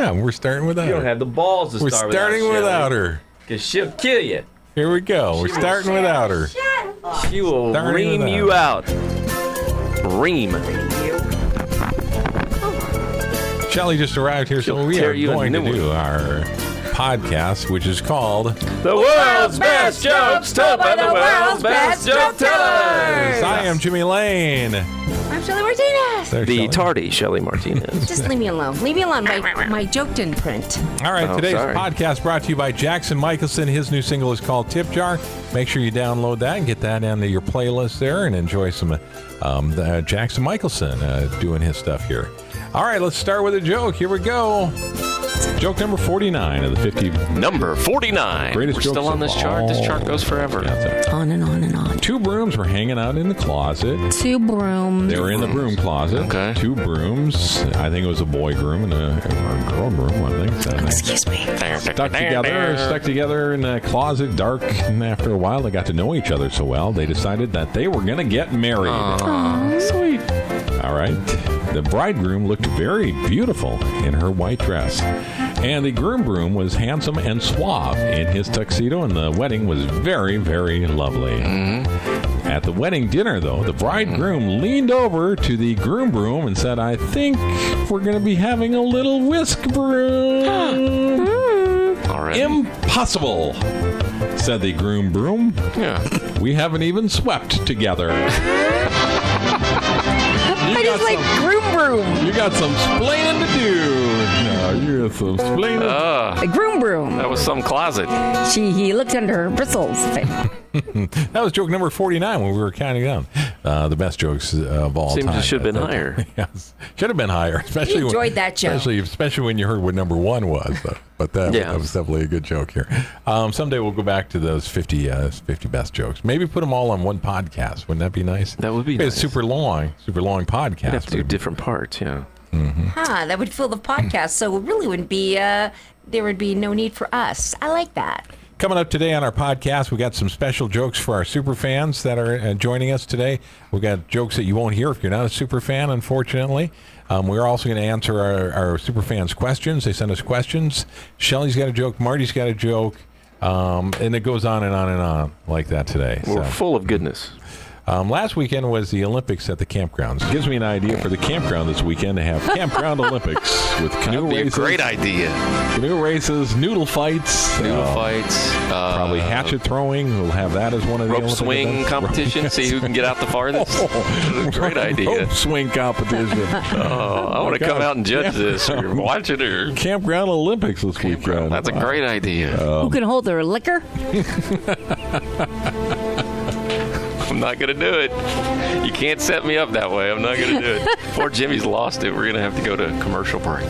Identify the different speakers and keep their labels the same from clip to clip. Speaker 1: Yeah, we're starting without
Speaker 2: You don't
Speaker 1: her.
Speaker 2: have the balls to
Speaker 1: we're
Speaker 2: start
Speaker 1: starting
Speaker 2: without,
Speaker 1: without her.
Speaker 2: Because she'll kill you.
Speaker 1: Here we go. We're starting without her.
Speaker 2: She will
Speaker 1: Starting
Speaker 2: ream
Speaker 1: without
Speaker 2: you
Speaker 1: her.
Speaker 2: out. Ream.
Speaker 1: Shelley just arrived here, so
Speaker 2: She'll
Speaker 1: we are
Speaker 2: tear you a
Speaker 1: going to
Speaker 2: new
Speaker 1: do our podcast, which is called
Speaker 2: The world's best jokes told by the world's best joke tellers.
Speaker 1: I Am Jimmy Lane.
Speaker 3: I'm Shelly Martinez.
Speaker 1: There's
Speaker 2: The
Speaker 1: Shelley.
Speaker 2: tardy Shelly Martinez.
Speaker 3: Just leave me alone. Leave me alone. My, my joke didn't print.
Speaker 1: All right,
Speaker 2: Oh,
Speaker 1: today's
Speaker 2: sorry.
Speaker 1: podcast brought to you by Jackson Michelson. His new single is called Tip Jar. Make sure you download that and get that into your playlist there and enjoy some um, the, uh, Jackson Michelson uh, doing his stuff here. All right, let's start with a joke. Here we go. Joke number 49 of the 50
Speaker 2: Number 49.
Speaker 1: Greatest
Speaker 2: We're
Speaker 1: jokes
Speaker 2: still on
Speaker 1: of
Speaker 2: this chart. This
Speaker 1: all
Speaker 2: chart goes forever.
Speaker 1: Yeah, so-
Speaker 3: On and on and on.
Speaker 1: Two brooms were hanging out in the closet.
Speaker 3: Two brooms.
Speaker 1: They were in the broom closet.
Speaker 2: Okay.
Speaker 1: Two brooms. I think it was a boy groom and a, or a girl groom, I think. So they
Speaker 3: Excuse me.
Speaker 1: stuck together, stuck together in a closet, dark. And after a while, they got to know each other so well, they decided that they were going to get married.
Speaker 2: Sweet.
Speaker 1: All right. The bridegroom looked very beautiful in her white dress. And the groom groom was handsome and suave in his tuxedo, and the wedding was very, very lovely. At the wedding dinner, though, the bridegroom leaned over to the groom groom and said, I think we're going to be having a little whisk broom.
Speaker 2: All right.
Speaker 1: Impossible, said the groom broom.
Speaker 2: yeah.
Speaker 1: We haven't even swept together.
Speaker 3: I just like groom broom.
Speaker 1: You got some splaining to do. No, you got some splaining.
Speaker 2: Uh,
Speaker 3: A groom broom.
Speaker 2: that was some closet.
Speaker 3: She he looked under her bristles.
Speaker 1: that was joke number 49 when we were counting down uh, the best jokes uh, of all
Speaker 2: Seems
Speaker 1: time.
Speaker 2: it should have been
Speaker 1: That-
Speaker 2: higher.
Speaker 1: Yes, should have been higher. Especially
Speaker 3: We enjoyed
Speaker 1: when,
Speaker 3: that joke.
Speaker 1: Especially, especially when you heard what number one was. But, but that,
Speaker 2: Yeah.
Speaker 1: that was definitely a good joke here. Um, someday we'll go back to those 50, uh, 50 best jokes. Maybe put them all on one podcast. Wouldn't that be nice?
Speaker 2: That would be
Speaker 1: It's
Speaker 2: nice.
Speaker 1: super long, super long podcast.
Speaker 2: Have
Speaker 1: but
Speaker 2: to do
Speaker 1: it'd be
Speaker 2: different parts. Yeah.
Speaker 3: huh, that would fill the podcast. So it really wouldn't be, uh, there would be no need for us. I like that.
Speaker 1: Coming up today on our podcast, we got some special jokes for our super fans that are uh, joining us today. We got jokes that you won't hear if you're not a super fan, unfortunately. Um, we're also going to answer our, our super fans' questions. They send us questions. Shelly's got a joke. Marty's got a joke. Um, and it goes on and on and on like that today. So,
Speaker 2: We're full of goodness.
Speaker 1: um, last weekend was the Olympics at the campgrounds. Gives me an idea for the campground this weekend to have campground Olympics with canoe
Speaker 4: Be a
Speaker 1: races,
Speaker 4: great idea.
Speaker 1: canoe races, noodle fights,
Speaker 4: Noodle
Speaker 1: uh,
Speaker 4: fights, uh,
Speaker 1: Probably hatchet throwing. We'll have that as one of the
Speaker 4: rope
Speaker 1: Olympic
Speaker 4: swing
Speaker 1: events.
Speaker 4: competition. See who can get out the farthest. great idea.
Speaker 1: Oh, Rope swing competition.
Speaker 4: Oh, I want to come
Speaker 1: God.
Speaker 4: out and judge
Speaker 1: Yeah.
Speaker 4: this or watch it or.
Speaker 1: Campground Olympics this weekend.
Speaker 4: That's a great idea.
Speaker 1: Uh,
Speaker 3: Who can hold their liquor?
Speaker 4: I'm not going to do it. You can't set me up that way. I'm not going to do it. Poor Jimmy's lost it. We're going to have to go to commercial break.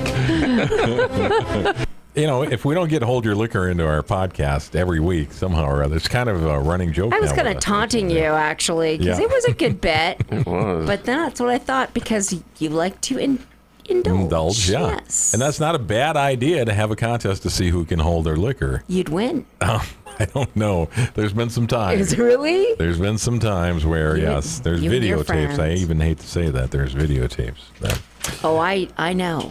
Speaker 1: You know, if we don't get hold your liquor into our podcast every week, somehow or other, it's kind of a running joke.
Speaker 3: I was
Speaker 1: now
Speaker 3: kind
Speaker 1: with
Speaker 3: of
Speaker 1: us.
Speaker 3: taunting you, actually, because
Speaker 1: Yeah.
Speaker 3: it was a good bet.
Speaker 4: Well,
Speaker 3: but then that's what I thought because you like to in- indulge.
Speaker 1: Indulge, yeah.
Speaker 3: Yes.
Speaker 1: And that's not a bad idea to have a contest to see who can hold their liquor.
Speaker 3: You'd win.
Speaker 1: I don't know. There's been some
Speaker 3: Is
Speaker 1: times.
Speaker 3: it really?
Speaker 1: There's been some times where,
Speaker 3: You-
Speaker 1: yes, there's
Speaker 3: you and your
Speaker 1: videotapes. I
Speaker 3: friends.
Speaker 1: even hate to say that. There's videotapes. That-
Speaker 3: Oh, I I know.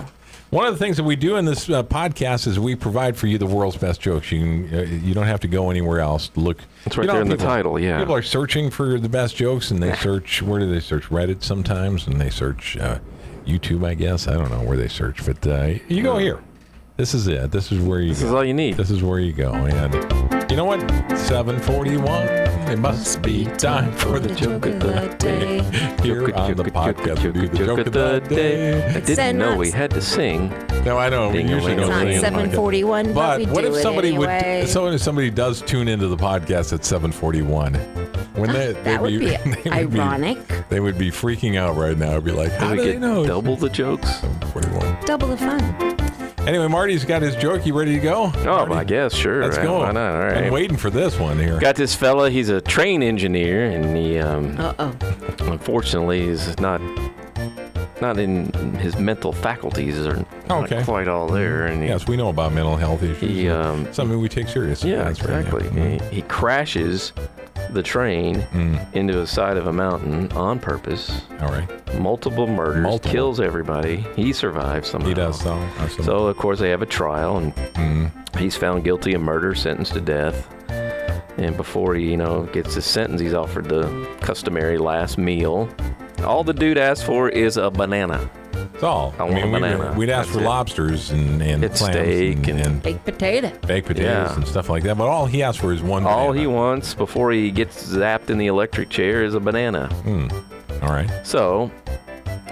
Speaker 1: One of the things that we do in this uh, podcast is we provide for you the world's best jokes. You can, uh, you don't have to go anywhere else. to Look,
Speaker 2: It's right
Speaker 1: You know,
Speaker 2: there in the
Speaker 1: people-
Speaker 2: title, yeah.
Speaker 1: people are searching for the best jokes, and they search. Where do they search? Reddit sometimes, and they search uh, YouTube, I guess. I don't know where they search, but uh, you go here. This is it. This is where you.
Speaker 2: This is all you need.
Speaker 1: This is where you go. And you know what? Seven forty-one. It must be time for the joke of the day. Here
Speaker 2: Joke,
Speaker 1: on the
Speaker 2: joke, joke,
Speaker 1: podcast, we
Speaker 2: joke,
Speaker 1: do the
Speaker 2: joke of the day. I didn't
Speaker 3: Send
Speaker 2: know
Speaker 3: us-
Speaker 2: we had to sing.
Speaker 1: No, I don't. We
Speaker 2: Ding-a-ling.
Speaker 1: usually don't
Speaker 2: It's
Speaker 3: Not
Speaker 2: Really
Speaker 1: sing in the podcast.
Speaker 3: 741, but,
Speaker 1: But
Speaker 3: we
Speaker 1: what
Speaker 3: do
Speaker 1: if
Speaker 3: it
Speaker 1: somebody
Speaker 3: anyway.
Speaker 1: would? So if somebody does tune into the podcast at seven forty-one, when they they'd
Speaker 3: Ah, that would be
Speaker 1: they would be-
Speaker 3: ironic.
Speaker 1: they would be freaking out right now. I'd be like, how
Speaker 2: we
Speaker 1: do they
Speaker 2: get
Speaker 1: know?
Speaker 2: double the jokes?
Speaker 1: 741.
Speaker 3: Double the fun.
Speaker 1: Anyway, Marty's got his joke. You ready to go?
Speaker 2: Oh,
Speaker 1: Marty?
Speaker 2: I guess sure.
Speaker 1: Let's
Speaker 2: right,
Speaker 1: go.
Speaker 2: Why not? All right.
Speaker 1: I'm waiting for this one here.
Speaker 2: Got this fella. He's a train engineer, and he um,
Speaker 3: Uh oh.
Speaker 2: unfortunately is not not in his mental faculties are not
Speaker 1: Okay.
Speaker 2: quite all there. And he,
Speaker 1: yes, we know about mental health issues.
Speaker 2: he um,
Speaker 1: Something we take seriously.
Speaker 2: yeah,
Speaker 1: That's right,
Speaker 2: exactly.
Speaker 1: Mhm.
Speaker 2: He, he crashes the train
Speaker 1: Hmm.
Speaker 2: into the side of a mountain on purpose.
Speaker 1: All right.
Speaker 2: Multiple murders,
Speaker 1: Multiple.
Speaker 2: kills everybody. He survives somehow.
Speaker 1: He does, uh, though. That's a-
Speaker 2: Um, So of course they have a trial, and he's found guilty of murder, sentenced to death. And before he, you know, gets his sentence, he's offered the customary last meal. All the dude asks for is a banana.
Speaker 1: It's all.
Speaker 2: I
Speaker 1: I,
Speaker 2: want
Speaker 1: mean,
Speaker 2: a
Speaker 1: we'd,
Speaker 2: banana.
Speaker 1: we'd ask
Speaker 2: That's
Speaker 1: for
Speaker 2: it.
Speaker 1: lobsters and, and
Speaker 2: It's
Speaker 1: clams
Speaker 2: steak
Speaker 1: and,
Speaker 2: and-
Speaker 1: and
Speaker 3: Baked potato.
Speaker 1: baked potatoes
Speaker 2: Yeah.
Speaker 1: and stuff like that. But all he asked for is one.
Speaker 2: All he
Speaker 1: banana.
Speaker 2: wants before he gets zapped in the electric chair is a banana.
Speaker 1: All right.
Speaker 2: So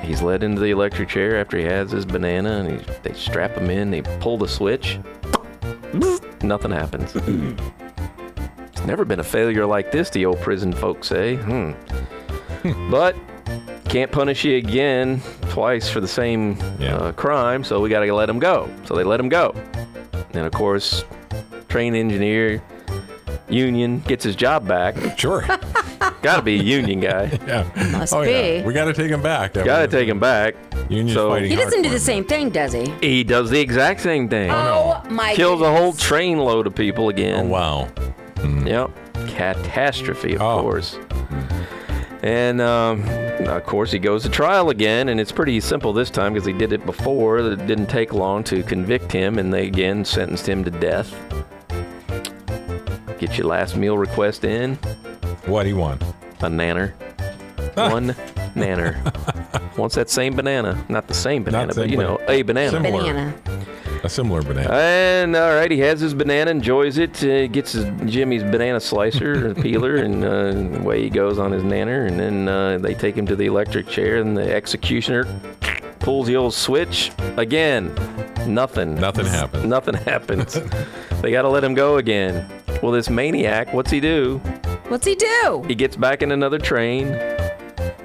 Speaker 2: he's led into the electric chair after he has his banana, and he, they strap him in. They pull the switch. Nothing happens. it's never been a failure like this, the old prison folks say. Hmm. but can't punish you again twice for the same
Speaker 1: Yeah.
Speaker 2: uh, crime, so we got to let him go. So they let him go. And of course, train engineer union gets his job back.
Speaker 1: Sure.
Speaker 2: got to be a union guy.
Speaker 1: yeah.
Speaker 3: Must
Speaker 1: oh, yeah.
Speaker 3: be.
Speaker 1: We got to take him back. That
Speaker 2: Got to
Speaker 1: was-
Speaker 2: take him back.
Speaker 1: Union's
Speaker 2: so-
Speaker 1: fighting
Speaker 3: He doesn't
Speaker 1: hard for
Speaker 3: do the
Speaker 1: it.
Speaker 3: same thing, does he?
Speaker 2: He does the exact same thing.
Speaker 1: no.
Speaker 3: Oh, my
Speaker 2: Kills a
Speaker 3: goodness.
Speaker 2: whole trainload of people
Speaker 1: Oh,
Speaker 2: again.
Speaker 1: wow.
Speaker 2: Yep. Catastrophe, of
Speaker 1: Oh.
Speaker 2: course. And um, of course, he goes to trial again, and it's pretty simple this time because he did it before. It didn't take long to convict him, and they again sentenced him to death. Get your last meal request in
Speaker 1: What he won?
Speaker 2: a nanner. One nanner. Wants that same banana. Not the same banana,
Speaker 1: Not
Speaker 2: but
Speaker 1: same
Speaker 2: you know,
Speaker 1: banana.
Speaker 2: a banana.
Speaker 1: Similar.
Speaker 3: Banana.
Speaker 1: A similar banana.
Speaker 2: And all right, he has his banana, enjoys it, uh, gets his Jimmy's banana slicer, peeler, and uh, away he goes on his nanner. And then uh, they take him to the electric chair, and the executioner pulls the old switch again. Nothing.
Speaker 1: Nothing happens.
Speaker 2: Nothing happens. they got to let him go again. Well, this maniac, what's he do?
Speaker 3: What's he do?
Speaker 2: He gets back in another train,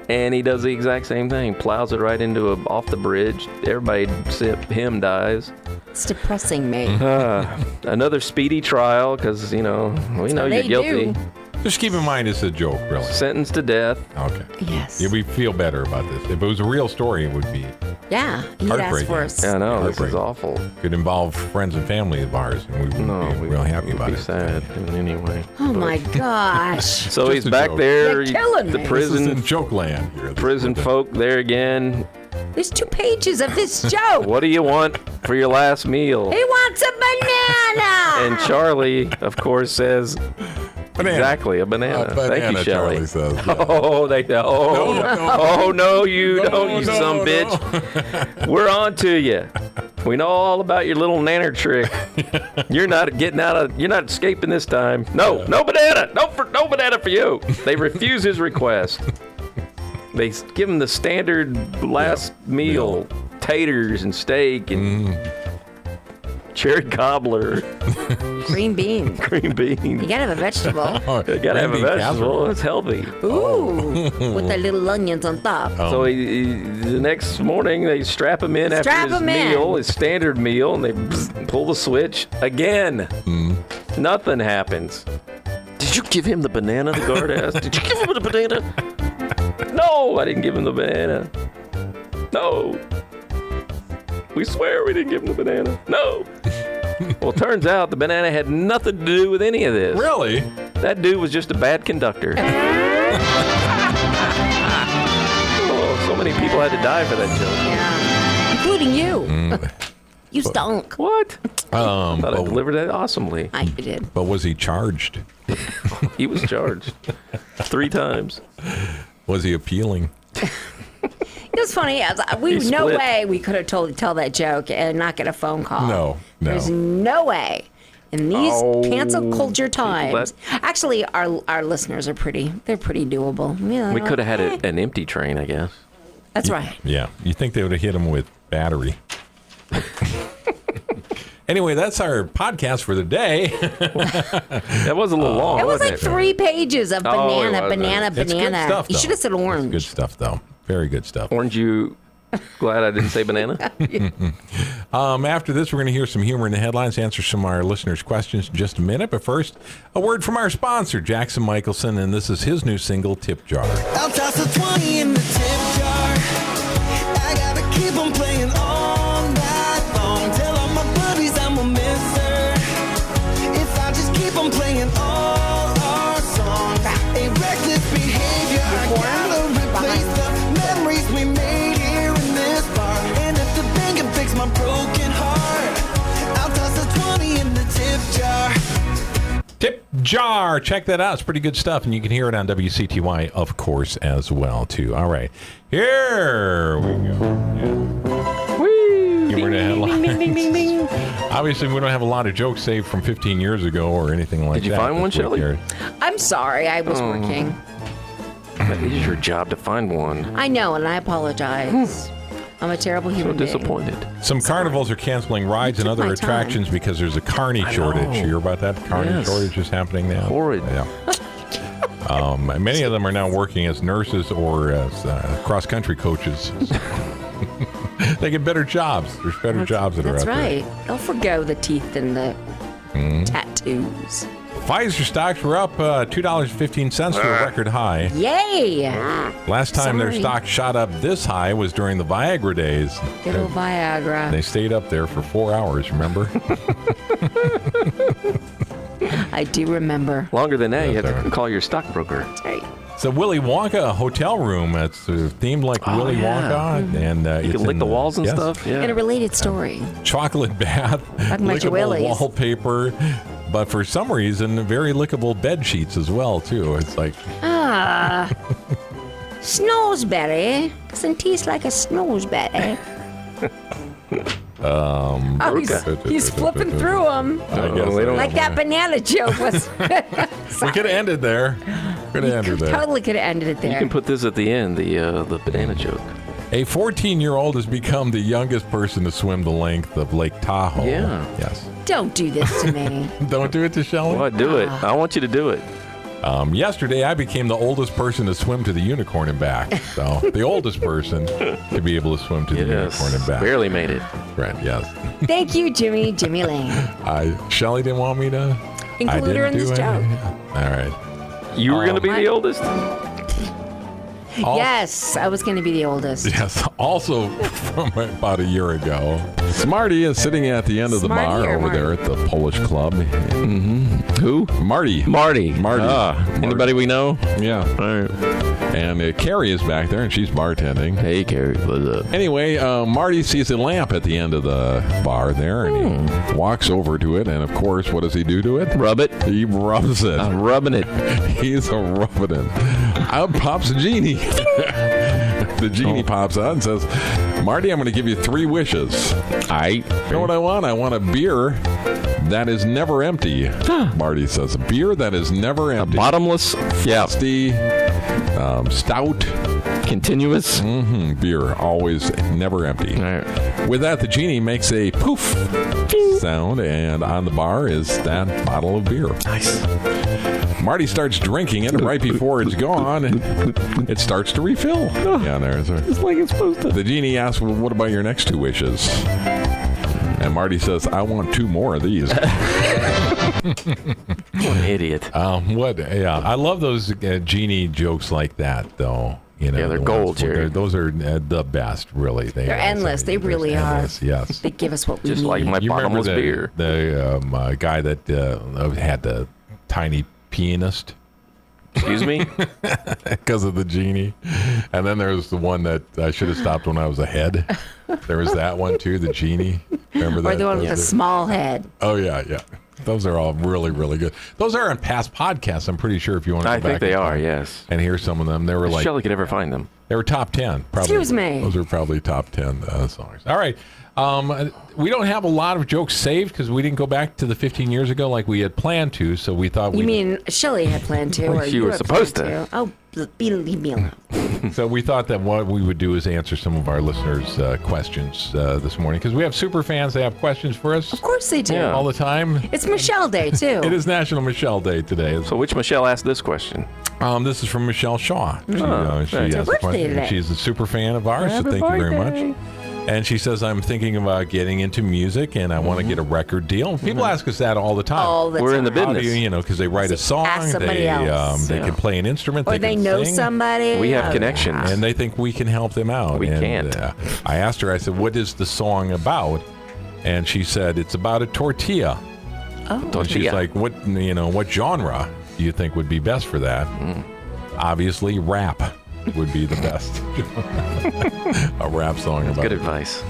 Speaker 2: and he does the exact same thing. Plows it right into a off the bridge. Everybody except him dies
Speaker 3: It's depressing me.
Speaker 1: Mm-hmm.
Speaker 2: Uh, another speedy trial because you know we know
Speaker 3: they
Speaker 2: you're guilty
Speaker 3: do.
Speaker 2: Uh,
Speaker 1: Just keep in mind it's a joke, really.
Speaker 2: sentenced to death
Speaker 1: Okay.
Speaker 3: Yes.
Speaker 1: Yeah, we feel better about this. If it was a real story, it would be.
Speaker 3: yeah. He'd ask
Speaker 1: Heartbreaking.
Speaker 3: for us.
Speaker 2: i know this is
Speaker 1: Heartbreaking.
Speaker 2: awful
Speaker 1: Could involve friends and family of ours, and we wouldn't
Speaker 2: no
Speaker 1: be
Speaker 2: we,
Speaker 1: real happy
Speaker 2: we'd
Speaker 1: about
Speaker 2: be
Speaker 1: it.
Speaker 2: sad in any way
Speaker 3: Oh my gosh.
Speaker 2: so
Speaker 1: Just
Speaker 2: he's
Speaker 1: a
Speaker 2: back
Speaker 1: joke.
Speaker 2: there
Speaker 3: You're killing
Speaker 2: the
Speaker 3: me.
Speaker 1: This is in
Speaker 2: prison
Speaker 1: joke land here.
Speaker 2: prison folk there again
Speaker 3: There's two pages of this joke.
Speaker 2: what do you want for your last meal
Speaker 3: He wants a banana.
Speaker 2: and charlie of course says
Speaker 1: Banana.
Speaker 2: exactly a banana,
Speaker 1: A banana,
Speaker 2: thank you shelly
Speaker 1: Charlie says. yeah.
Speaker 2: Oh, they
Speaker 1: No,
Speaker 2: oh no,
Speaker 1: no.
Speaker 2: oh no, you don't, you
Speaker 1: no,
Speaker 2: some
Speaker 1: no.
Speaker 2: bitch. We're on to you. We know all about your little nanner trick. You're not getting out of. You're not escaping this time. No, no banana. No, for, no banana for you. They refuse his request. They s- give him the standard last meal, taters and steak and cherry cobbler,
Speaker 3: Green bean.
Speaker 2: green
Speaker 3: You
Speaker 2: beans.
Speaker 3: gotta have a vegetable.
Speaker 1: Oh,
Speaker 2: You gotta have a
Speaker 1: Randy
Speaker 2: vegetable.
Speaker 1: Casserole.
Speaker 2: It's healthy.
Speaker 3: Ooh, with the little onions on top.
Speaker 2: So he, he, the next morning, they strap him in
Speaker 3: Strap
Speaker 2: after his
Speaker 3: him in.
Speaker 2: meal, his standard meal, and they pull the switch again. Nothing happens. Did you give him the banana? The guard asked. Did you give him the banana? No, I didn't give him the banana. No. We swear we didn't give him the banana. No. well, turns out the banana had nothing to do with any of this.
Speaker 1: Really?
Speaker 2: That dude was just a bad conductor. oh, so many people had to die for that joke.
Speaker 3: Yeah. Including you.
Speaker 1: Mm.
Speaker 3: You stunk.
Speaker 2: What?
Speaker 1: Um,
Speaker 2: Thought I
Speaker 1: but,
Speaker 2: delivered that awesomely.
Speaker 3: I did.
Speaker 1: but was he charged?
Speaker 2: He was charged three times.
Speaker 1: Was he appealing?
Speaker 3: It was funny. As I- we
Speaker 2: He
Speaker 3: no
Speaker 2: split.
Speaker 3: way we could have told tell that joke and not get a phone call.
Speaker 1: No, no.
Speaker 3: There's no way. In these
Speaker 2: Oh,
Speaker 3: cancel culture times,
Speaker 2: that-
Speaker 3: actually, our our listeners are pretty. They're pretty doable. Yeah,
Speaker 2: We could have had
Speaker 3: eh,
Speaker 2: a, an empty train, I guess.
Speaker 3: That's right.
Speaker 1: Yeah. You think they would have hit him with battery? anyway, that's our podcast for the day.
Speaker 2: That was a little long.
Speaker 3: It was
Speaker 2: wasn't
Speaker 3: like three pages of
Speaker 2: Oh, it
Speaker 3: banana,
Speaker 1: Oh,
Speaker 2: wasn't.
Speaker 3: banana,
Speaker 1: It's good
Speaker 3: banana.
Speaker 1: stuff,
Speaker 3: you
Speaker 1: though.
Speaker 3: should have said orange.
Speaker 1: Good stuff, though. Very good stuff.
Speaker 2: Orange, you glad I didn't say banana?
Speaker 1: Um, after this, we're going to hear some humor in the headlines, answer some of our listeners' questions in just a minute. But first, a word from our sponsor, Jackson Michelson, and this is his new single, Tip Jar.
Speaker 5: I'll toss a 20 in the tip jar. I gotta keep on playing all night long. Tell all my buddies I'm a mister. If I just keep on playing all our songs,
Speaker 1: Jar. Check that out. It's pretty good stuff, and you can hear it on WCTY, of course, as well too. All right, here we go. Yeah. Get rid of headlines. Obviously, we don't have a lot of jokes saved from 15 years ago or anything like that.
Speaker 2: Did you find
Speaker 1: this
Speaker 2: one,
Speaker 1: week
Speaker 2: Shelley?
Speaker 1: here.
Speaker 3: I'm sorry, I was
Speaker 2: Mm.
Speaker 3: working.
Speaker 2: It is your job to find one.
Speaker 3: I know, and I apologize. I'm a terrible
Speaker 2: So
Speaker 3: human being.
Speaker 2: disappointed.
Speaker 1: Some carnivals are canceling rides and
Speaker 3: took
Speaker 1: other
Speaker 3: my
Speaker 1: attractions because there's a carny shortage. You hear about that? Carny
Speaker 2: Yes.
Speaker 1: shortage is happening now.
Speaker 2: Horrid.
Speaker 1: Yeah. um, many of them are now working as nurses or as uh, cross country coaches. they get better jobs. There's better jobs that
Speaker 3: That's
Speaker 1: are out
Speaker 3: right. They'll forgo the teeth and the
Speaker 2: Hmm?
Speaker 3: tattoos.
Speaker 1: there. Pfizer stocks were up uh, $2.15 to a record high.
Speaker 3: Yay!
Speaker 1: Last time their
Speaker 3: Sorry.
Speaker 1: stock shot up this high was during the Viagra days.
Speaker 3: Good old Viagra.
Speaker 1: They stayed up there for four hours, remember?
Speaker 3: I do remember.
Speaker 2: Longer than that, you
Speaker 1: That's
Speaker 2: have to
Speaker 1: alright.
Speaker 2: call your stockbroker.
Speaker 3: Right.
Speaker 1: It's a Willy Wonka hotel room. It's uh, themed like
Speaker 2: Oh,
Speaker 1: Willy
Speaker 2: yeah.
Speaker 1: Wonka, and uh,
Speaker 2: You
Speaker 1: it's
Speaker 2: can lick
Speaker 1: in
Speaker 2: the walls and
Speaker 1: yes,
Speaker 2: stuff.
Speaker 3: And a
Speaker 2: Yeah.
Speaker 3: related story.
Speaker 1: Chocolate bath,
Speaker 3: Talking about
Speaker 1: lickable
Speaker 3: your willies.
Speaker 1: wallpaper, but for some reason, very lickable bed sheets as well too. It's like
Speaker 3: Ah. Snowsberry. Doesn't taste like a snowsberry. um, oh, he's,
Speaker 1: okay.
Speaker 3: he's flipping through them.
Speaker 1: I guess
Speaker 2: Oh, they don't-
Speaker 1: I-
Speaker 3: Like that banana joke was.
Speaker 1: we could have ended there. Could have ended there.
Speaker 3: totally could have ended it there.
Speaker 2: You can put this at the end, the uh, the banana joke.
Speaker 1: A 14-year-old has become the youngest person to swim the length of Lake Tahoe.
Speaker 2: Yeah.
Speaker 1: Yes.
Speaker 3: Don't do this to me.
Speaker 1: Don't do it to Shelley.
Speaker 2: Why do
Speaker 3: Oh.
Speaker 2: it? I want you to do it.
Speaker 1: Um, yesterday, I became the oldest person to swim to the unicorn and back. So the oldest person to be able to swim to the
Speaker 2: Yes.
Speaker 1: unicorn and back.
Speaker 2: Barely made it.
Speaker 1: Right? Yes.
Speaker 3: Thank you, Jimmy, Jimmy Lane.
Speaker 1: I Shelly didn't want me to I
Speaker 3: Include her
Speaker 1: didn't
Speaker 3: in this
Speaker 1: do it.
Speaker 3: joke.
Speaker 1: All
Speaker 2: You were going to be
Speaker 4: Oh,
Speaker 3: I-
Speaker 2: the oldest?
Speaker 1: right. Al-
Speaker 3: Yes, I was going to be the oldest.
Speaker 1: Yes. Also, from about a year ago, Smarty is sitting at the end of the
Speaker 3: Smarty
Speaker 1: bar
Speaker 3: or
Speaker 1: over there at the Polish club. Mm-hmm.
Speaker 4: Who?
Speaker 1: Marty.
Speaker 4: Marty.
Speaker 1: Marty.
Speaker 4: Ah,
Speaker 1: Marty.
Speaker 4: Anybody we know?
Speaker 1: Yeah.
Speaker 4: All right.
Speaker 1: And uh, Carrie is back there, and she's bartending.
Speaker 4: Hey, Carrie. What's up?
Speaker 1: Anyway, uh, Marty sees a lamp at the end of the bar there, and he walks over to it. And of course, what does he do to it?
Speaker 4: Rub it.
Speaker 1: He rubs it.
Speaker 2: Oh.
Speaker 4: I'm rubbing it.
Speaker 1: He's a rubbing it. Out pops a genie. the genie pops out and says, "Marty, I'm going to give you three wishes.
Speaker 4: I.
Speaker 1: You know what I want? I want a beer that is never empty." Marty says, "A beer that is never empty."
Speaker 4: Bottomless. Yeah.
Speaker 1: Frosty, um, stout
Speaker 4: Continuous.
Speaker 1: mhm, beer, always never empty.
Speaker 4: All right.
Speaker 1: With that, the genie makes a poof sound, and on the bar is that bottle of beer. Nice. Marty starts drinking it, and right before it's gone, it starts to refill. Yeah, there's a,
Speaker 4: It's like it's supposed to.
Speaker 1: the genie asks, Well, what about your next two wishes? And Marty says, I want two more of these.
Speaker 2: What an idiot.
Speaker 1: um, what? Yeah, I love those uh, genie jokes like that, though. You know,
Speaker 2: Yeah, they're
Speaker 1: the ones
Speaker 2: gold,
Speaker 1: where
Speaker 2: Jerry.
Speaker 1: they're- Those are uh, the best, really. They
Speaker 3: They're
Speaker 1: are.
Speaker 3: endless. They
Speaker 1: They're
Speaker 3: really are.
Speaker 1: endless, Yes.
Speaker 3: They give us what we
Speaker 2: Just
Speaker 3: need.
Speaker 2: like my
Speaker 1: You remember
Speaker 2: bottomless
Speaker 1: the,
Speaker 2: beer.
Speaker 1: The um, uh, guy that uh, had the tiny pianist
Speaker 2: Excuse me?
Speaker 1: because of the genie, and then there was the one that I should have stopped when I was ahead. There was that one too, the genie. Remember that?
Speaker 3: or the one with the
Speaker 1: Those
Speaker 3: small head.
Speaker 1: are- oh yeah, yeah. Those are all really, really good. Those are on past podcasts. I'm pretty sure if you want to,
Speaker 2: I
Speaker 1: go back
Speaker 2: think they
Speaker 1: and-
Speaker 2: are, yes.
Speaker 1: And hear some of them. They were like
Speaker 2: Shelley could ever find them.
Speaker 1: They were top 10. Probably.
Speaker 3: Excuse me.
Speaker 1: Those are probably top 10 uh, songs. All right. Um, uh, we don't have a lot of jokes saved because we didn't go back to the 15 years ago like we had planned to. So we thought
Speaker 3: You
Speaker 1: we
Speaker 3: mean Shelley had planned to, or
Speaker 2: She
Speaker 3: you
Speaker 2: was
Speaker 3: had
Speaker 2: supposed
Speaker 3: planned Oh, bl- be- leave me alone.
Speaker 1: so we thought that what we would do is answer some of our listeners' uh, questions uh, this morning because we have super fans. They have questions for us
Speaker 3: Of course they do.
Speaker 2: Yeah.
Speaker 1: all the time.
Speaker 3: It's Michelle Day too.
Speaker 1: It is National Michelle Day today.
Speaker 2: So which Michelle asked this question?
Speaker 1: Um, this is from Michelle Shaw. She,
Speaker 3: Oh,
Speaker 1: uh, she
Speaker 2: It's her
Speaker 1: asked a
Speaker 3: birthday
Speaker 1: question.
Speaker 3: today.
Speaker 1: She's a super fan of ours, so
Speaker 2: Happy
Speaker 1: thank you very
Speaker 2: birthday.
Speaker 1: much. And she says, I'm thinking about getting into music and I want to get a record deal. People ask us that all the time.
Speaker 3: Mm-hmm. All the
Speaker 2: We're in the
Speaker 3: time.
Speaker 1: How do
Speaker 2: business.
Speaker 1: you, you know, because they write a song,
Speaker 3: Ask somebody
Speaker 1: they,
Speaker 3: else.
Speaker 1: Um, they
Speaker 2: Yeah.
Speaker 1: can play an instrument,
Speaker 3: Or
Speaker 1: they,
Speaker 3: they
Speaker 1: can
Speaker 3: know
Speaker 1: sing,
Speaker 3: somebody.
Speaker 2: We
Speaker 3: Oh,
Speaker 2: have
Speaker 3: yeah.
Speaker 2: connections.
Speaker 1: And they think we can help them out.
Speaker 2: We
Speaker 1: and,
Speaker 2: can't.
Speaker 1: uh, I asked her, I said, what is the song about? And she said, it's about a tortilla.
Speaker 3: Oh,
Speaker 1: And she's
Speaker 2: Tortilla.
Speaker 1: like, what, you know, what genre do you think would be best for that?
Speaker 3: Hmm.
Speaker 1: Obviously, rap would be the best. a rap song about
Speaker 2: Good advice.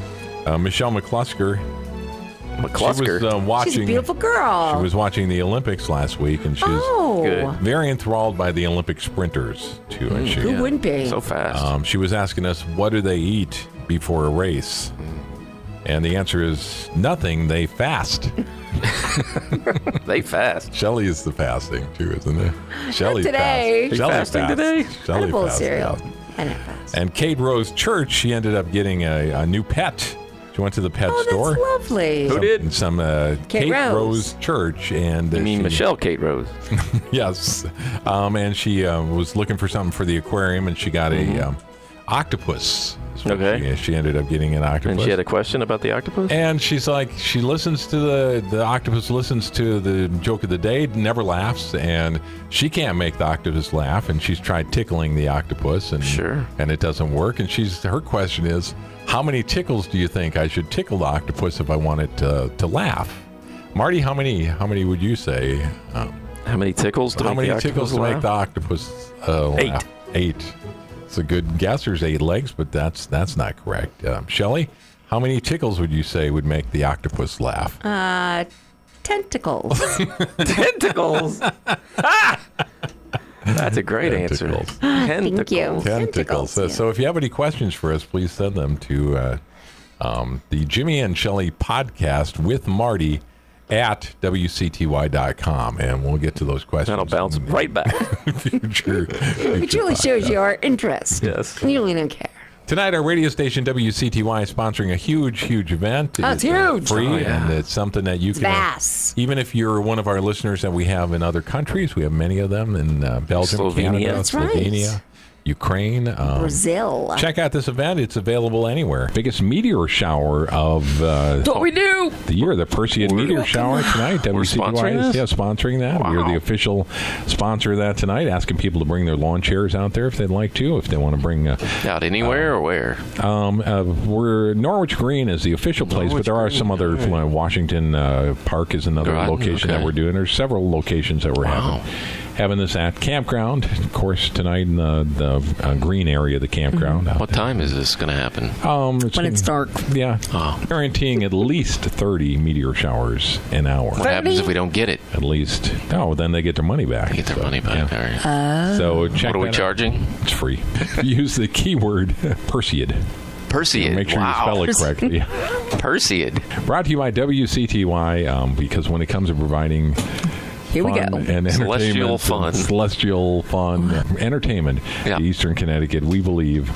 Speaker 1: uh, Michelle McClusker She was
Speaker 2: McClusker.
Speaker 1: uh, watching.
Speaker 3: She's a beautiful girl.
Speaker 1: She was watching the Olympics last week, and she's
Speaker 3: oh,
Speaker 2: Good.
Speaker 1: very enthralled by the Olympic sprinters too. and she,
Speaker 3: Hmm. who wouldn't be?
Speaker 4: So fast.
Speaker 1: um, she was asking us, "What do they eat before a race?" And the answer is nothing. They fast.
Speaker 4: they fast.
Speaker 1: Shelly is the fasting too, isn't it? Shelly
Speaker 3: today.
Speaker 1: Fast.
Speaker 3: She
Speaker 1: Shelly
Speaker 4: fasting
Speaker 1: fast.
Speaker 4: today?
Speaker 1: Shelly
Speaker 3: and a bowl of
Speaker 1: fast,
Speaker 3: cereal.
Speaker 1: yeah.
Speaker 3: And a fast.
Speaker 1: And Kate Rose Church, she ended up getting a, a new pet. She went to the pet
Speaker 3: Oh, that's
Speaker 1: store.
Speaker 3: lovely.
Speaker 1: Some-
Speaker 4: did?
Speaker 1: Some uh, Kate, Rose.
Speaker 3: Rose.
Speaker 1: Church, and uh,
Speaker 4: I mean,
Speaker 1: she-
Speaker 4: Michelle Kate Rose.
Speaker 1: Yes, um, and she uh, was looking for something for the aquarium, and she got a um, octopus. is what
Speaker 4: Mm-hmm. Okay.
Speaker 1: she, she ended up getting an octopus.
Speaker 4: And she had a question about the octopus?
Speaker 1: And she's like, she listens to the the octopus listens to the joke of the day, never laughs, and she can't make the octopus laugh, and she's tried tickling the octopus, and
Speaker 4: Sure.
Speaker 1: and it doesn't work. And she's her question is, how many tickles do you think I should tickle the octopus if I want it to to laugh? Marty, how many how many would you say? Um,
Speaker 4: How many tickles to
Speaker 1: how
Speaker 4: make
Speaker 1: many
Speaker 4: the
Speaker 1: tickles
Speaker 4: octopus
Speaker 1: to make
Speaker 4: laugh?
Speaker 1: the octopus uh,
Speaker 4: Eight.
Speaker 1: laugh? Eight. It's a good guess. There's eight legs, but that's that's not correct. Um, Shelly, how many tickles would you say would make the octopus laugh?
Speaker 3: Uh, tentacles.
Speaker 4: Tentacles. Ah! That's a great
Speaker 1: Tentacles.
Speaker 4: answer. Tentacles.
Speaker 3: Thank you.
Speaker 1: Tentacles. So,
Speaker 3: yeah.
Speaker 1: Uh, so if you have any questions for us, please send them to uh, um, the Jimmy and Shelly podcast with Marty at WCTY.com, and we'll get to those questions.
Speaker 4: That'll bounce
Speaker 1: in
Speaker 4: right back.
Speaker 1: the future.
Speaker 3: It really shows your interest.
Speaker 4: Yes.
Speaker 3: You really don't care.
Speaker 1: Tonight, our radio station WCTY is sponsoring a huge, huge event.
Speaker 3: Oh, it's
Speaker 1: uh,
Speaker 3: huge.
Speaker 1: free,
Speaker 4: Oh, yeah.
Speaker 1: and it's something that you can. uh,
Speaker 3: vast.
Speaker 1: Even if you're one of our listeners that we have in other countries, we have many of them in uh, Belgium,
Speaker 4: Slovenia.
Speaker 1: Canada,
Speaker 4: That's
Speaker 3: right.
Speaker 1: Slovenia, Ukraine. Um,
Speaker 3: Brazil.
Speaker 1: check out this event; it's available anywhere. Biggest meteor shower of uh,
Speaker 3: what we do?
Speaker 1: the year, the Perseid meteor shower tonight.
Speaker 4: We're sponsoring
Speaker 1: WCTY is
Speaker 4: this?
Speaker 1: yeah, sponsoring that. We're
Speaker 4: Wow.
Speaker 1: the official sponsor of that tonight. Asking people to bring their lawn chairs out there if they'd like to, if they want to bring. Uh,
Speaker 4: Out anywhere or where?
Speaker 1: um, uh, we're Norwich Green is the official place, but there are some other uh, Washington uh, Park is another
Speaker 4: Right,
Speaker 1: location that
Speaker 4: okay.
Speaker 1: we're doing. There's several locations that we're
Speaker 4: Wow.
Speaker 1: having having this at campground. Of course, tonight in the, the uh, green area of the campground. out
Speaker 4: What time is this going to happen?
Speaker 1: there. Um, it's
Speaker 3: When it's dark.
Speaker 1: yeah,
Speaker 4: Oh.
Speaker 1: guaranteeing at least thirty meteor showers an hour.
Speaker 4: What happens if we don't get it?
Speaker 1: At least, no, then they get their money back.
Speaker 4: Get their
Speaker 1: So,
Speaker 4: money back.
Speaker 1: yeah.
Speaker 4: All right.
Speaker 1: So check.
Speaker 4: what are we
Speaker 1: that uh, out.
Speaker 4: charging?
Speaker 1: It's free. Use the keyword Perseid.
Speaker 4: Perseid.
Speaker 1: Make sure
Speaker 4: wow.
Speaker 1: you spell it correctly.
Speaker 4: Perseid.
Speaker 1: Brought to you by WCTY um, because when it comes to providing
Speaker 3: Here we
Speaker 1: fun
Speaker 3: go.
Speaker 1: and
Speaker 4: Celestial
Speaker 1: entertainment,
Speaker 4: fun.
Speaker 1: celestial fun, um, entertainment,
Speaker 4: Yeah.
Speaker 1: to Eastern Connecticut, we believe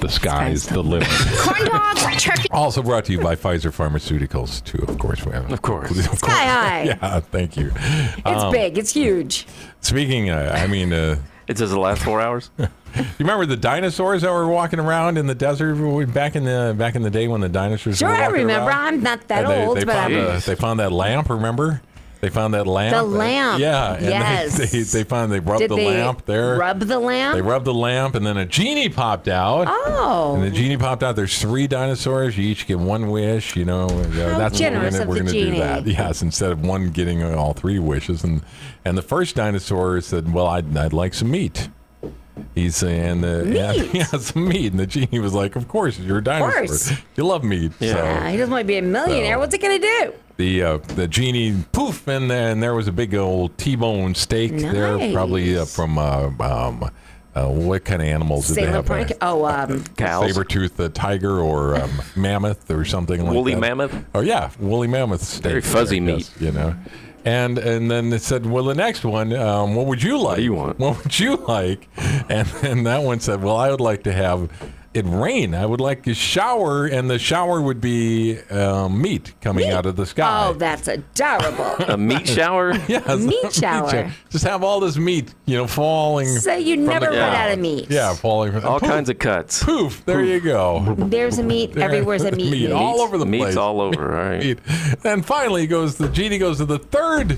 Speaker 1: the sky's the limit.
Speaker 6: corn dogs, turkey.
Speaker 1: also brought to you by Pfizer Pharmaceuticals too, of course. We have-
Speaker 4: Of course.
Speaker 1: Of
Speaker 3: Sky high.
Speaker 1: Yeah, Um, thank you.
Speaker 3: It's big. It's huge.
Speaker 1: Speaking, uh, I mean, uh,
Speaker 4: It does the last four hours?
Speaker 1: you remember the dinosaurs that were walking around in the desert back in the back in the day when the dinosaurs
Speaker 3: Sure,
Speaker 1: were
Speaker 3: I
Speaker 1: walking
Speaker 3: remember.
Speaker 1: around?
Speaker 3: I'm not that
Speaker 1: And they,
Speaker 3: old,
Speaker 1: they
Speaker 3: but
Speaker 1: found
Speaker 3: I'm.
Speaker 4: a-
Speaker 1: uh, they found that lamp. Remember, they found that lamp.
Speaker 3: The lamp,
Speaker 1: yeah. And they-
Speaker 3: yes.
Speaker 1: They, they, found they rubbed
Speaker 3: Did
Speaker 1: the
Speaker 3: they
Speaker 1: lamp there.
Speaker 3: rub the lamp?
Speaker 1: they rubbed the lamp, and then a genie popped out.
Speaker 3: Oh.
Speaker 1: And the genie popped out. There's three dinosaurs. You each get one wish. You know, and, uh, that's what we're
Speaker 3: generous
Speaker 1: gonna,
Speaker 3: of
Speaker 1: we're
Speaker 3: the
Speaker 1: gonna do
Speaker 3: genie.
Speaker 1: that. Yes, instead of one getting uh, all three wishes, and and the first dinosaur said, "Well, I'd, I'd like some meat." He's saying, uh, yeah,
Speaker 3: Meat?
Speaker 1: yeah, some meat. And the genie was like, "Of course, you're a dinosaur.
Speaker 3: course.
Speaker 1: You love meat." So,
Speaker 3: Uh, he doesn't want to be a millionaire.
Speaker 1: So-
Speaker 3: What's it going to do?
Speaker 1: the uh, the genie poof and there, and there was a big old T-bone steak there,
Speaker 3: Nice.
Speaker 1: probably uh, from uh, um, uh, what kind of animals did they
Speaker 3: Sailor
Speaker 1: have?
Speaker 3: Prank. Oh, um,
Speaker 4: Cows.
Speaker 1: Saber tooth uh, tiger or um, mammoth or something like
Speaker 4: Woolly
Speaker 1: that.
Speaker 4: mammoth?
Speaker 1: Oh yeah, woolly mammoth steak.
Speaker 4: Very fuzzy
Speaker 1: I guess, you know. And and then it said, well, the next one, um, what would you like? What
Speaker 4: do you want?
Speaker 1: What would you like? And then that one said, well, I would like to have it rain. I would like a shower, and the shower would be um, meat coming out of the sky.
Speaker 3: oh, that's adorable.
Speaker 4: A meat shower?
Speaker 1: Yeah, it's
Speaker 3: Meat
Speaker 1: not
Speaker 3: shower.
Speaker 1: Just have all this meat, you know, falling.
Speaker 3: so you
Speaker 1: from the
Speaker 3: never run
Speaker 1: ground.
Speaker 3: out of meat.
Speaker 1: Yeah, falling.
Speaker 4: All kinds of cuts.
Speaker 1: poof. There you go.
Speaker 3: There's a meat. Everywhere's a meat.
Speaker 1: Meat. All over the
Speaker 4: Meat's
Speaker 1: place.
Speaker 4: all over, all right.
Speaker 1: Meat. And finally, goes the genie goes to the third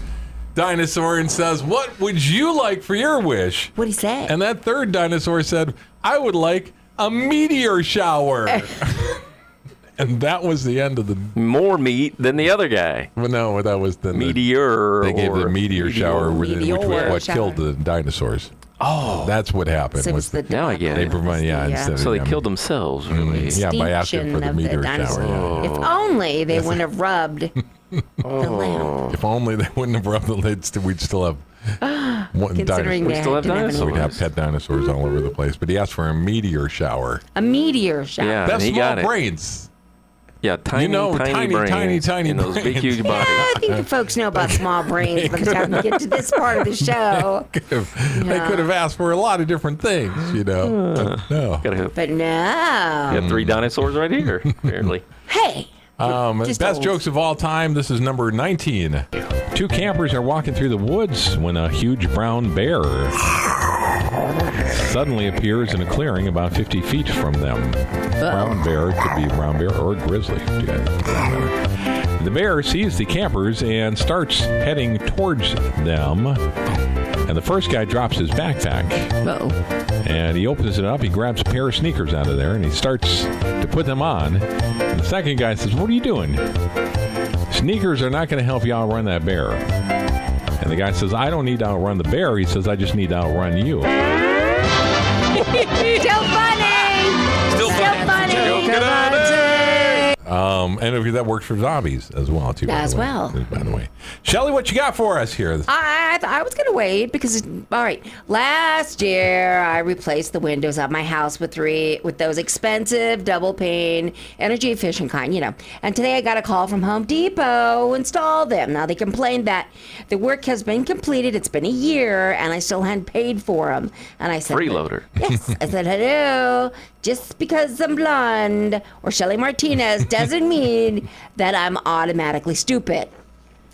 Speaker 1: dinosaur and says, "What would you like for your wish?"
Speaker 3: What'd he say?
Speaker 1: And that third dinosaur said, "I would like a meteor shower." and that was the end of the.
Speaker 4: More meat than the other guy.
Speaker 1: Well, no, that was the
Speaker 4: Meteor.
Speaker 1: They gave
Speaker 4: or
Speaker 1: the meteor, shower, which was
Speaker 3: Meteor
Speaker 1: what
Speaker 3: shower.
Speaker 1: killed the dinosaurs. Oh, that's what happened.
Speaker 3: So it was
Speaker 1: was
Speaker 3: the
Speaker 2: now I get
Speaker 1: they
Speaker 2: it.
Speaker 3: debacle.
Speaker 1: provide, yeah,
Speaker 3: It was
Speaker 1: instead
Speaker 3: the,
Speaker 1: of
Speaker 2: So they
Speaker 1: yeah,
Speaker 2: killed themselves, really.
Speaker 1: Yeah, by asking
Speaker 3: extinction
Speaker 1: for the
Speaker 3: of the
Speaker 1: meteor shower.
Speaker 3: dinosaur.
Speaker 1: Yeah.
Speaker 2: Oh.
Speaker 3: If only they wouldn't have rubbed the lamp.
Speaker 1: If only they wouldn't have rubbed the lids, we'd still have one
Speaker 3: Considering
Speaker 1: dinosaur.
Speaker 3: they
Speaker 2: still have
Speaker 3: didn't have
Speaker 2: dinosaurs.
Speaker 1: We'd have pet dinosaurs all over the place. But he asked for a meteor shower.
Speaker 3: any- a meteor shot.
Speaker 2: Yeah.
Speaker 1: That's
Speaker 2: he
Speaker 1: small
Speaker 2: got it.
Speaker 1: brains.
Speaker 2: Yeah, tiny,
Speaker 1: know,
Speaker 2: tiny,
Speaker 1: tiny,
Speaker 2: brains
Speaker 1: tiny, tiny
Speaker 2: in those big,
Speaker 1: brains.
Speaker 2: huge bodies.
Speaker 3: I think the folks know about small brains by the time we get to this part of the show.
Speaker 1: They could have asked for a lot of different things, you know. But no.
Speaker 2: Got a-
Speaker 3: But no.
Speaker 2: got three
Speaker 1: Mm.
Speaker 2: dinosaurs right here, apparently.
Speaker 3: Hey.
Speaker 1: Um,
Speaker 3: Just
Speaker 1: best
Speaker 3: old.
Speaker 1: jokes of all time. This is number 19. Two campers are walking through the woods when a huge brown bear suddenly appears in a clearing about 50 feet from them. Brown bear could be brown bear or grizzly. for that matter. The bear sees the campers and starts heading towards them. And the first guy drops his backpack
Speaker 3: Uh-oh.
Speaker 1: and he opens it up. He grabs a pair of sneakers out of there and he starts to put them on. And the second guy says, What are you doing? Sneakers are not going to help you outrun that bear. And the guy says, I don't need to outrun the bear. He says, I just need to outrun you.
Speaker 3: Still funny.
Speaker 4: Still
Speaker 3: Still funny. Come on,
Speaker 1: Um, and if that works for zombies as well, too. by the
Speaker 3: As
Speaker 1: way.
Speaker 3: well.
Speaker 1: By the way. Shelly, what you got for us here?
Speaker 3: I I was gonna wait because all right. Last year I replaced the windows of my house with three with those expensive double pane, energy efficient kind, you know. And today I got a call from Home Depot install them. Now they complained that the work has been completed. It's been a year and I still hadn't paid for them. And I said,
Speaker 2: Freeloader.
Speaker 3: Yes, I said hello. Just because I'm blonde or Shelly Martinez doesn't mean that I'm automatically stupid.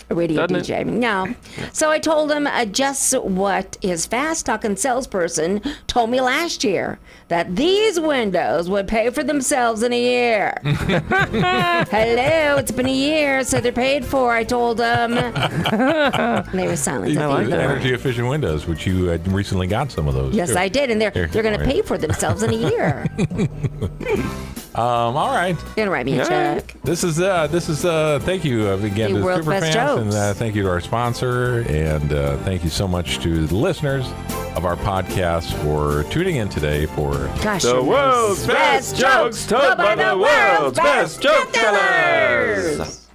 Speaker 3: A radio
Speaker 2: Doesn't
Speaker 3: DJ. No. So I told him uh, just what his fast talking salesperson told me last year that these windows would pay for themselves in a year. Hello, it's been a year, so they're paid for. I told him. and they were silent.
Speaker 2: I like that.
Speaker 1: Energy efficient windows, which you uh, recently got some of those.
Speaker 3: Yes,
Speaker 1: too.
Speaker 3: I did, and they're
Speaker 1: Here,
Speaker 3: they're going to
Speaker 1: right.
Speaker 3: pay for themselves in a year. You're
Speaker 1: Um, all right.
Speaker 3: going to write me a check.
Speaker 1: This is uh, this is uh, thank you uh, again
Speaker 3: The
Speaker 1: to
Speaker 3: world's
Speaker 1: Superfans
Speaker 3: best
Speaker 1: and
Speaker 3: jokes.
Speaker 1: uh, thank you to our sponsor and uh, thank you so much to the listeners of our podcast for tuning in today for
Speaker 3: Gosh,
Speaker 2: The
Speaker 3: you're nice.
Speaker 2: world's best jokes told by the world's best joke tellers.